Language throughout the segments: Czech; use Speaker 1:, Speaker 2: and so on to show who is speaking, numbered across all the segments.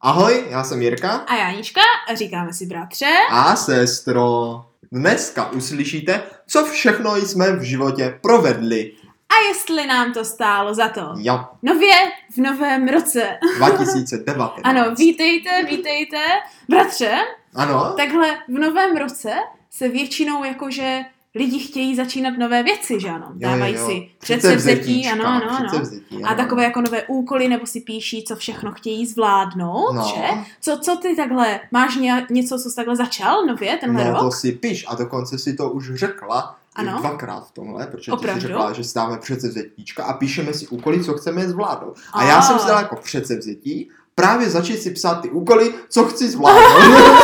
Speaker 1: Ahoj, já jsem Jirka
Speaker 2: A Janíčka a říkáme si bratře.
Speaker 1: a sestro. Dneska uslyšíte, co všechno jsme v životě provedli.
Speaker 2: A jestli nám to stálo za to.
Speaker 1: Jo,
Speaker 2: Nově v novém roce.
Speaker 1: 2019.
Speaker 2: Ano, vítejte, vítejte. Bratře,
Speaker 1: Ano,
Speaker 2: takhle v novém roce se většinou jakože lidi chtějí začínat nové věci, že ano?
Speaker 1: Jo, jo,
Speaker 2: Dávají
Speaker 1: jo.
Speaker 2: si předsevzetí,
Speaker 1: Předsevzetíčka,
Speaker 2: ano, ano, ano.
Speaker 1: předsevzetí,
Speaker 2: A
Speaker 1: ano.
Speaker 2: takové jako nové úkoly, nebo si píší, co všechno chtějí zvládnout,
Speaker 1: No.
Speaker 2: že? Co, co ty takhle, máš ně, něco, co jsi takhle začal nově tenhle
Speaker 1: No
Speaker 2: rok?
Speaker 1: to si piš a dokonce si to už řekla
Speaker 2: Ano.
Speaker 1: dvakrát v tomhle, protože ty
Speaker 2: Opravdu?
Speaker 1: jsi řekla, že si dáme předsevzetíčka a píšeme si úkoly, co chceme zvládnout. A
Speaker 2: A.
Speaker 1: já jsem si dala jako předsevzetí právě začít si psát ty úkoly, co chci zvládnout.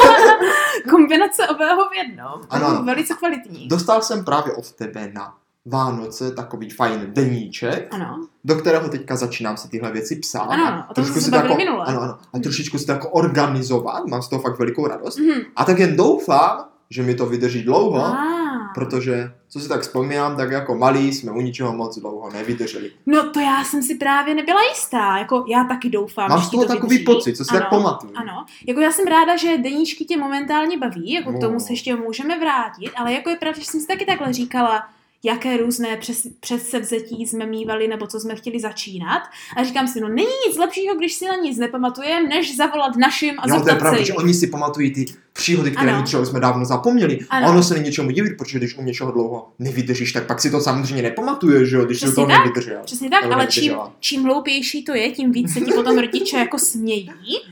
Speaker 2: Kombinace obého v jednom.
Speaker 1: Ano, ano.
Speaker 2: Velice kvalitní.
Speaker 1: Dostal jsem právě od tebe na Vánoce takový fajn deníček,
Speaker 2: Ano,
Speaker 1: do kterého teďka začínám si tyhle věci psát.
Speaker 2: Ano,
Speaker 1: A
Speaker 2: o tom
Speaker 1: trošku
Speaker 2: jsme se
Speaker 1: si to
Speaker 2: bavili
Speaker 1: jako,
Speaker 2: minule.
Speaker 1: Ano, ano. A
Speaker 2: Mhm.
Speaker 1: trošičku si to jako organizovat, mám z toho fakt velikou radost.
Speaker 2: Mhm.
Speaker 1: A tak jen doufám, že mi to vydrží dlouho,
Speaker 2: Ah.
Speaker 1: protože, co si tak vzpomínám, tak jako malí jsme u ničeho moc dlouho nevydrželi.
Speaker 2: No to já jsem si právě nebyla jistá, jako já taky doufám,
Speaker 1: Mám
Speaker 2: že
Speaker 1: z
Speaker 2: ti
Speaker 1: toho
Speaker 2: to
Speaker 1: takový
Speaker 2: vydrží.
Speaker 1: pocit, co si
Speaker 2: ano,
Speaker 1: tak pamatuju.
Speaker 2: Ano, jako já jsem ráda, že deníčky tě momentálně baví, jako
Speaker 1: No.
Speaker 2: k tomu se ještě můžeme vrátit, ale jako je pravda, že jsem si taky takhle říkala, jaké různé přes, předsevzetí jsme mývali nebo co jsme chtěli začínat. A říkám si, no není nic lepšího, když si na nic nepamatujeme, než zavolat našim a
Speaker 1: jo, to je
Speaker 2: zeptat
Speaker 1: pravda,
Speaker 2: se
Speaker 1: že
Speaker 2: jich.
Speaker 1: oni si pamatují ty příhody, které
Speaker 2: Ano.
Speaker 1: my třeba jsme dávno zapomněli.
Speaker 2: Ano.
Speaker 1: A ono se není něčemu divit, protože když u něčeho dlouho nevydržíš, tak pak si to samozřejmě nepamatuješ, že jo, když si
Speaker 2: Přesně
Speaker 1: to
Speaker 2: tak.
Speaker 1: nevydržel.
Speaker 2: Přesně tak,
Speaker 1: Nebo
Speaker 2: ale čím,
Speaker 1: nevydržela.
Speaker 2: čím hloupější to je, tím víc se ti potom rodiče jako smějí.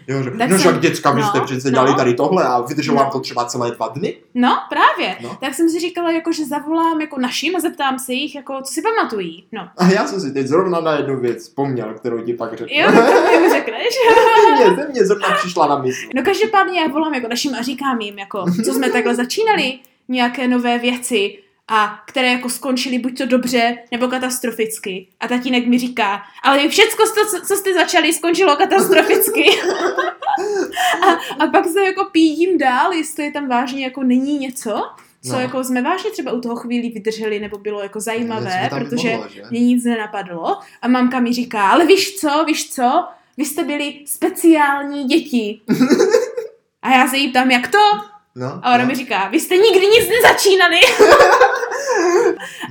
Speaker 1: Jo, že,
Speaker 2: Tak
Speaker 1: no, že
Speaker 2: jsem-
Speaker 1: jak děcka, vy
Speaker 2: no,
Speaker 1: jste přece
Speaker 2: no.
Speaker 1: dělali tady tohle a vydrželo
Speaker 2: No.
Speaker 1: vám to třeba celé dva dny.
Speaker 2: No, právě.
Speaker 1: No.
Speaker 2: No. Tak jsem si říkala, jako, že zavolám jako našim a zeptám se jich, jako, co si pamatují. No.
Speaker 1: A já jsem si teď zrovna na jednu věc vzpomněl, kterou ti pak řeknu.
Speaker 2: Jo, tak to mi řekneš.
Speaker 1: mě, ze mě zrovna přišla na mysl.
Speaker 2: No každopádně já volám jako našim a říkám jim, jako, co jsme takhle začínali, nějaké nové věci, a které jako skončily buď to dobře, nebo katastroficky. A tatínek mi říká, ale všecko, co, co jste začali, skončilo katastroficky. a, a pak se jako pídím dál, jestli je tam vážně jako není něco, co
Speaker 1: No.
Speaker 2: no. jako jsme vážně třeba u toho chvíli vydrželi, nebo bylo jako zajímavé,
Speaker 1: Něco tam
Speaker 2: protože
Speaker 1: mohlo, že?
Speaker 2: mě nic nenapadlo a mamka mi říká, ale víš co, víš co, vy jste byli speciální děti. A já se jí ptám, jak to?
Speaker 1: No,
Speaker 2: A ona
Speaker 1: no.
Speaker 2: mi říká, vy jste nikdy nic nezačínali.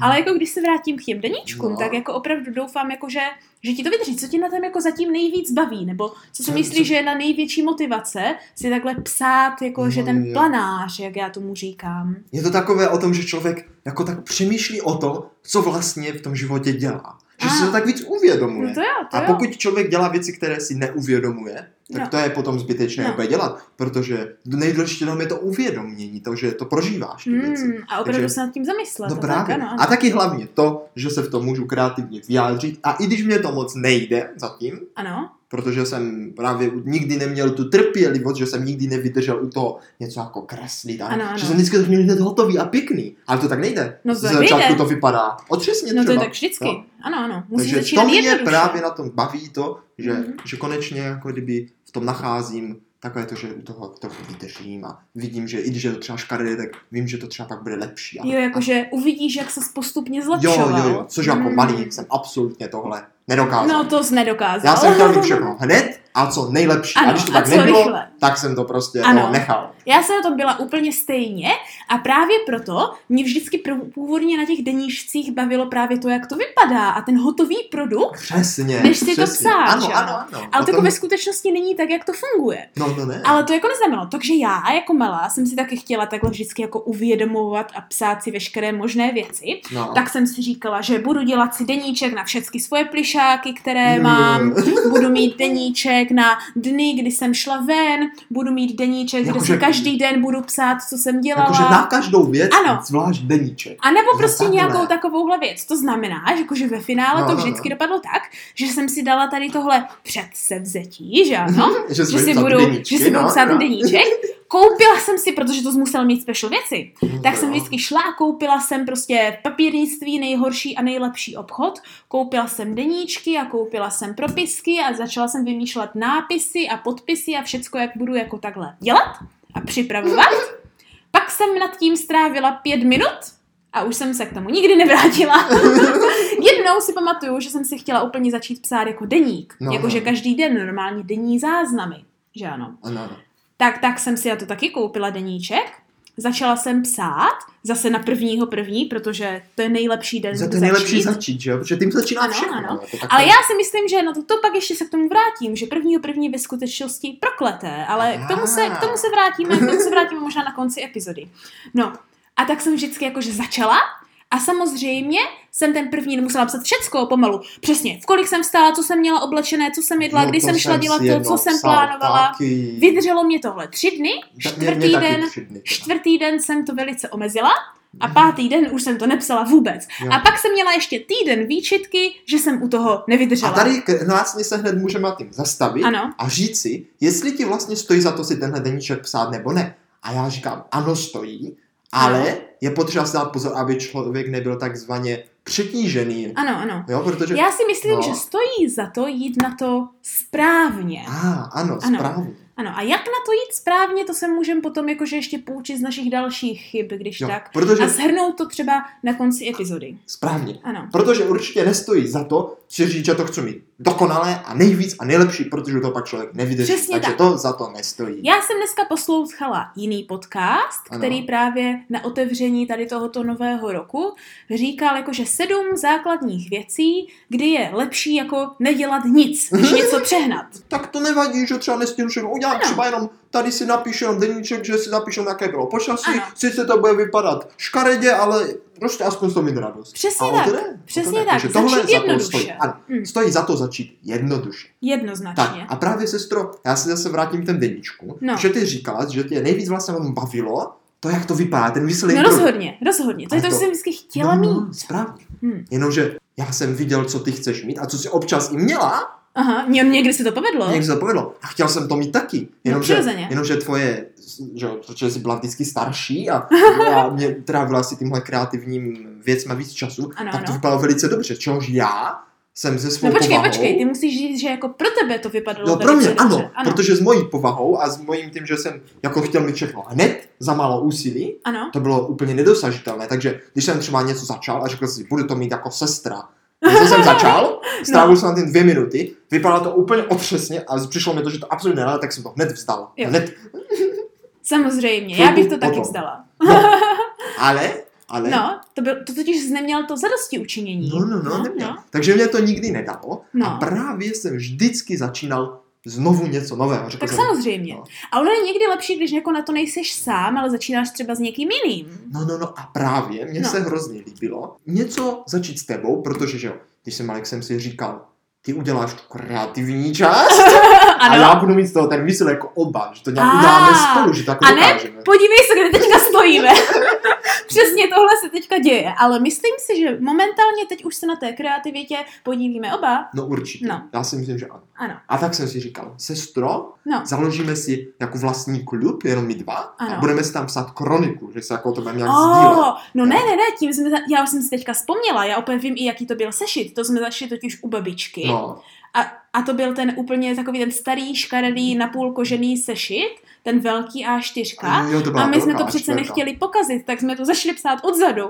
Speaker 2: Ale jako když se vrátím k těm deníčkům,
Speaker 1: No.
Speaker 2: no. tak jako opravdu doufám, jako že, že ti to vydrží. Co tě na tom jako zatím nejvíc baví? Nebo co si
Speaker 1: Co-
Speaker 2: myslíš,
Speaker 1: co-
Speaker 2: že je na největší motivace si takhle psát, jako
Speaker 1: No,
Speaker 2: že ten
Speaker 1: jo.
Speaker 2: planář, jak já tomu říkám.
Speaker 1: Je to takové o tom, že člověk jako tak přemýšlí o tom, co vlastně v tom životě dělá. Že
Speaker 2: A.
Speaker 1: si to tak víc uvědomuje.
Speaker 2: No to jo, to
Speaker 1: a
Speaker 2: jo.
Speaker 1: pokud člověk dělá věci, které si neuvědomuje, tak
Speaker 2: No.
Speaker 1: to je potom zbytečné
Speaker 2: No.
Speaker 1: úplně dělat, protože nejdůležitější tam je to uvědomění, to, že to prožíváš ty věci.
Speaker 2: Hmm, a opravdu
Speaker 1: Takže-
Speaker 2: se nad tím zamyslet.
Speaker 1: No
Speaker 2: a
Speaker 1: právě.
Speaker 2: Tak, ano, ano.
Speaker 1: A taky hlavně to, že se v tom můžu kreativně vyjádřit. A i když mě to moc nejde zatím,
Speaker 2: Ano,
Speaker 1: protože jsem právě nikdy neměl tu trpělivost, že jsem nikdy nevydržel u toho něco jako kreslit. A
Speaker 2: Ano, ano.
Speaker 1: Že jsem vždycky to měl hned hotový a pěkný. Ale to tak nejde.
Speaker 2: No to
Speaker 1: Ze
Speaker 2: tak nejde.
Speaker 1: začátku to vypadá otřesně
Speaker 2: no to
Speaker 1: třeba.
Speaker 2: je tak vždycky.
Speaker 1: No.
Speaker 2: No. Ano, ano, musíš
Speaker 1: Takže
Speaker 2: začínat
Speaker 1: to mě
Speaker 2: jednoduše.
Speaker 1: právě na tom baví to, že,
Speaker 2: Mhm.
Speaker 1: že konečně jako kdyby v tom nacházím takové to, že u toho trochu vydržím a vidím, že i když je to třeba škaredé, tak vím, že to třeba pak bude lepší. A,
Speaker 2: Jo, jako
Speaker 1: a
Speaker 2: jakože uvidíš, jak se postupně
Speaker 1: Jo,
Speaker 2: zlepšoval.
Speaker 1: jo, jo, což jako
Speaker 2: Mm.
Speaker 1: malý jsem absolutně tohle nedokázal.
Speaker 2: No to jsi nedokázal.
Speaker 1: Já jsem chtěl mít všechno hned a co nejlepší. a
Speaker 2: Ano,
Speaker 1: když to
Speaker 2: a
Speaker 1: tak
Speaker 2: co
Speaker 1: nebylo,
Speaker 2: rychle.
Speaker 1: tak jsem to prostě
Speaker 2: Ano.
Speaker 1: no, nechal.
Speaker 2: Já jsem na tom byla úplně stejně a právě proto mě vždycky prv- původně na těch denížcích bavilo právě to, jak to vypadá a ten hotový produkt,
Speaker 1: Přesně.
Speaker 2: Než si to
Speaker 1: přesně.
Speaker 2: psát,
Speaker 1: Ano,
Speaker 2: že
Speaker 1: ano,
Speaker 2: jo?
Speaker 1: ano.
Speaker 2: ale
Speaker 1: O
Speaker 2: to jako
Speaker 1: tom-
Speaker 2: ve skutečnosti není tak, jak to funguje.
Speaker 1: No, no, ne.
Speaker 2: Ale to jako neznamenalo. Takže já jako malá jsem si taky chtěla takhle vždycky jako uvědomovat a psát si veškeré možné věci.
Speaker 1: no.
Speaker 2: Tak jsem si říkala, že budu dělat si deníček na všechny svoje plišáky, které
Speaker 1: Jo.
Speaker 2: mám, budu mít deníček na dny, kdy jsem šla ven, budu mít deníček, kde
Speaker 1: Jakože-
Speaker 2: si každý den budu psát, co jsem dělala.
Speaker 1: Jakože na každou věc
Speaker 2: Ano.
Speaker 1: zvlášť deníček.
Speaker 2: A nebo
Speaker 1: No
Speaker 2: prostě
Speaker 1: takhle.
Speaker 2: nějakou takovouhle věc. To znamená, že jakože ve finále
Speaker 1: No,
Speaker 2: to
Speaker 1: no,
Speaker 2: vždycky
Speaker 1: no.
Speaker 2: dopadlo tak, že jsem si dala tady tohle předsevzetí, že ano?
Speaker 1: že,
Speaker 2: že
Speaker 1: jsme
Speaker 2: si
Speaker 1: psali
Speaker 2: budu,
Speaker 1: deníčky,
Speaker 2: že si budu
Speaker 1: no,
Speaker 2: psát
Speaker 1: no.
Speaker 2: ten deníček. Koupila jsem si, protože to musel mít special věci, tak
Speaker 1: No,
Speaker 2: jsem
Speaker 1: jo.
Speaker 2: vždycky šla a koupila jsem prostě papírnictví nejhorší a nejlepší obchod. Koupila jsem deníčky a koupila jsem propisky a začala jsem vymýšlet nápisy a podpisy a všecko, jak budu jako takhle dělat a připravovat. Pak jsem nad tím strávila pět minut a už jsem se k tomu nikdy nevrátila. Jednou si pamatuju, že jsem si chtěla úplně začít psát jako deník.
Speaker 1: No,
Speaker 2: No, jakože
Speaker 1: no.
Speaker 2: každý den normálně denní záznamy. že ano.
Speaker 1: Ano, ano.
Speaker 2: Tak, tak jsem si já to taky koupila deníček. Začala jsem psát, zase na prvního první, protože to je nejlepší den
Speaker 1: Za to je
Speaker 2: začít.
Speaker 1: nejlepší začít, že jo? Protože tím začíná
Speaker 2: Ano,
Speaker 1: všechno.
Speaker 2: ano.
Speaker 1: Jako takové-
Speaker 2: Ale já si myslím, že na to, to pak ještě se k tomu vrátím, že prvního první ve skutečnosti prokleté, ale k tomu, se, k tomu se vrátíme, k tomu se vrátíme možná na konci epizody. No, a tak jsem vždycky jakože začala a samozřejmě jsem ten první nemusela psat všecko pomalu. Přesně, v kolik jsem vstala, co jsem měla oblečené, co jsem jedla,
Speaker 1: No
Speaker 2: kdy
Speaker 1: to
Speaker 2: jsem šla
Speaker 1: si
Speaker 2: dělat to,
Speaker 1: jednou
Speaker 2: co jsem
Speaker 1: psal
Speaker 2: plánovala.
Speaker 1: Taky.
Speaker 2: Vydrželo mě tohle tři dny,
Speaker 1: Tak mě- mě
Speaker 2: čtvrtý
Speaker 1: taky
Speaker 2: den,
Speaker 1: tři dny.
Speaker 2: čtvrtý den jsem to velice omezila a pátý den už jsem to nepsala vůbec.
Speaker 1: Jo.
Speaker 2: A pak jsem měla ještě týden výčitky, že jsem u toho nevydržela.
Speaker 1: A tady k- krásně se hned můžeme tím zastavit
Speaker 2: Ano.
Speaker 1: a říct si, jestli ti vlastně stojí za to si tenhle deníček psát nebo ne. A já říkám, ano stojí, ale je potřeba si dát pozor, aby člověk nebyl takzvaně přetížený.
Speaker 2: Ano, ano.
Speaker 1: Jo, protože...
Speaker 2: Já si myslím,
Speaker 1: No.
Speaker 2: že stojí za to jít na to správně.
Speaker 1: A, ano,
Speaker 2: Ano.
Speaker 1: správně.
Speaker 2: Ano, a jak na to jít správně, to se můžeme potom jakože ještě poučit z našich dalších chyb, když
Speaker 1: Jo,
Speaker 2: tak.
Speaker 1: protože...
Speaker 2: A shrnout to třeba na konci epizody.
Speaker 1: Správně.
Speaker 2: Ano.
Speaker 1: Protože určitě nestojí za to si říct, že to chci mít dokonalé a nejvíc a nejlepší, protože to pak člověk nevydrží.
Speaker 2: Přesně
Speaker 1: takže
Speaker 2: tak.
Speaker 1: to za to nestojí.
Speaker 2: Já jsem dneska poslouchala jiný podcast,
Speaker 1: Ano.
Speaker 2: který právě na otevření tady tohoto nového roku říkal jakože sedm základních věcí, kdy je lepší jako nedělat nic,
Speaker 1: Mhm.
Speaker 2: než něco přehnat.
Speaker 1: Tak to nevadí, že třeba nestihnu všechno udělat,
Speaker 2: Ano.
Speaker 1: třeba jenom tady si napíšu jenom deníček, že si napíšu, jaké bylo počasí,
Speaker 2: Ano.
Speaker 1: sice to bude vypadat škaredě, ale prostě aspoň to mít radost.
Speaker 2: Přesně
Speaker 1: a o to
Speaker 2: tak.
Speaker 1: jde, o to
Speaker 2: Přesně
Speaker 1: jde.
Speaker 2: tak.
Speaker 1: Takže tohle
Speaker 2: Začít
Speaker 1: za to
Speaker 2: jednoduše.
Speaker 1: stojí. Ano,
Speaker 2: Mm,
Speaker 1: stojí za to začít jednoduše. Tak
Speaker 2: jednoznačně.
Speaker 1: a právě sestro, já si zase vrátím k ten deníčku,
Speaker 2: No.
Speaker 1: že ty říkala, že tě nejvíc vlastně na tom bavilo, to, jak to vypadá, ten výsledek.
Speaker 2: No
Speaker 1: produktu.
Speaker 2: rozhodně, rozhodně. To je
Speaker 1: A
Speaker 2: to, co
Speaker 1: to-
Speaker 2: jsem vždycky chtěla
Speaker 1: no,
Speaker 2: mít.
Speaker 1: Správně.
Speaker 2: Hmm.
Speaker 1: Jenomže já jsem viděl, co ty chceš mít a co si občas i měla,
Speaker 2: Aha, ně- někdy se to povedlo.
Speaker 1: no. někdy se to povedlo. A chtěl jsem to mít taky. Jenomže,
Speaker 2: No, přirozeně.
Speaker 1: jenomže tvoje, že, jo, protože jsi byla vždycky starší a, a mě trávila si tímhle kreativním věcma víc času,
Speaker 2: Ano,
Speaker 1: tak to
Speaker 2: ano.
Speaker 1: vypadalo velice dobře, čehož já jsem ze svou
Speaker 2: No počkej,
Speaker 1: povahou...
Speaker 2: počkej, ty musíš říct, že jako pro tebe to vypadalo
Speaker 1: No pro mě,
Speaker 2: velice dobře.
Speaker 1: ano,
Speaker 2: ano,
Speaker 1: protože s mojí povahou a s mojím tím, že jsem jako chtěl mít všechno hned za málo úsilí,
Speaker 2: ano.
Speaker 1: to bylo úplně nedosažitelné, takže když jsem třeba něco začal a řekl si, budu to mít jako sestra, co jsem začal,
Speaker 2: No.
Speaker 1: strávil jsem na tím dvě minuty, vypadalo to úplně otřesně a přišlo mi to, že to absolutně nedá, tak jsem to hned vzdal.
Speaker 2: Jo.
Speaker 1: Hned.
Speaker 2: Samozřejmě, já
Speaker 1: Chvilku
Speaker 2: bych to taky
Speaker 1: potom.
Speaker 2: vzdala.
Speaker 1: Ale, ale,
Speaker 2: No, to, byl, to totiž jsi neměl to zadosti učinění.
Speaker 1: no, no, no, neměl. Takže mě to nikdy nedalo
Speaker 2: No.
Speaker 1: a právě jsem vždycky začínal znovu něco nového. Řekl
Speaker 2: Tak
Speaker 1: jsem,
Speaker 2: samozřejmě.
Speaker 1: No.
Speaker 2: A ono je někdy lepší, když jako na to nejseš sám, ale začínáš třeba s někým jiným.
Speaker 1: No, no, no a právě mně
Speaker 2: No.
Speaker 1: no. se hrozně líbilo něco začít s tebou, protože že jo, když jsem Alexem si říkal, ty uděláš tu kreativní část, A
Speaker 2: Ano.
Speaker 1: já budu mít z toho ten výsledek jako oba, že to nějak
Speaker 2: no. A.
Speaker 1: uděláme spolu, že to jako
Speaker 2: A ne?
Speaker 1: dokážeme.
Speaker 2: Podívej se, kde teďka stojíme. Přesně tohle se teďka děje, ale myslím si, že momentálně teď už se na té kreativitě podílíme oba.
Speaker 1: No určitě,
Speaker 2: No.
Speaker 1: já si myslím, že ano.
Speaker 2: Ano.
Speaker 1: A tak jsem si říkal, sestro,
Speaker 2: No.
Speaker 1: založíme si jako vlastní klub, jenom my dva,
Speaker 2: Ano.
Speaker 1: a budeme si tam psát kroniku, že se jako to budeme nějak oh. sdílet.
Speaker 2: Oh, no ne, ne, ne, tím jsme, za- já už jsem si teďka vzpomněla, já úplně vím i jaký to byl sešit, to jsme začali totiž u babičky
Speaker 1: No,
Speaker 2: a, a to byl ten úplně takový ten starý, škaredý, napůl kožený sešit, ten velký A4
Speaker 1: a, jo, to byla
Speaker 2: a my jsme to
Speaker 1: velká
Speaker 2: přece
Speaker 1: čtverka.
Speaker 2: nechtěli pokazit, tak jsme to zašli psát odzadu.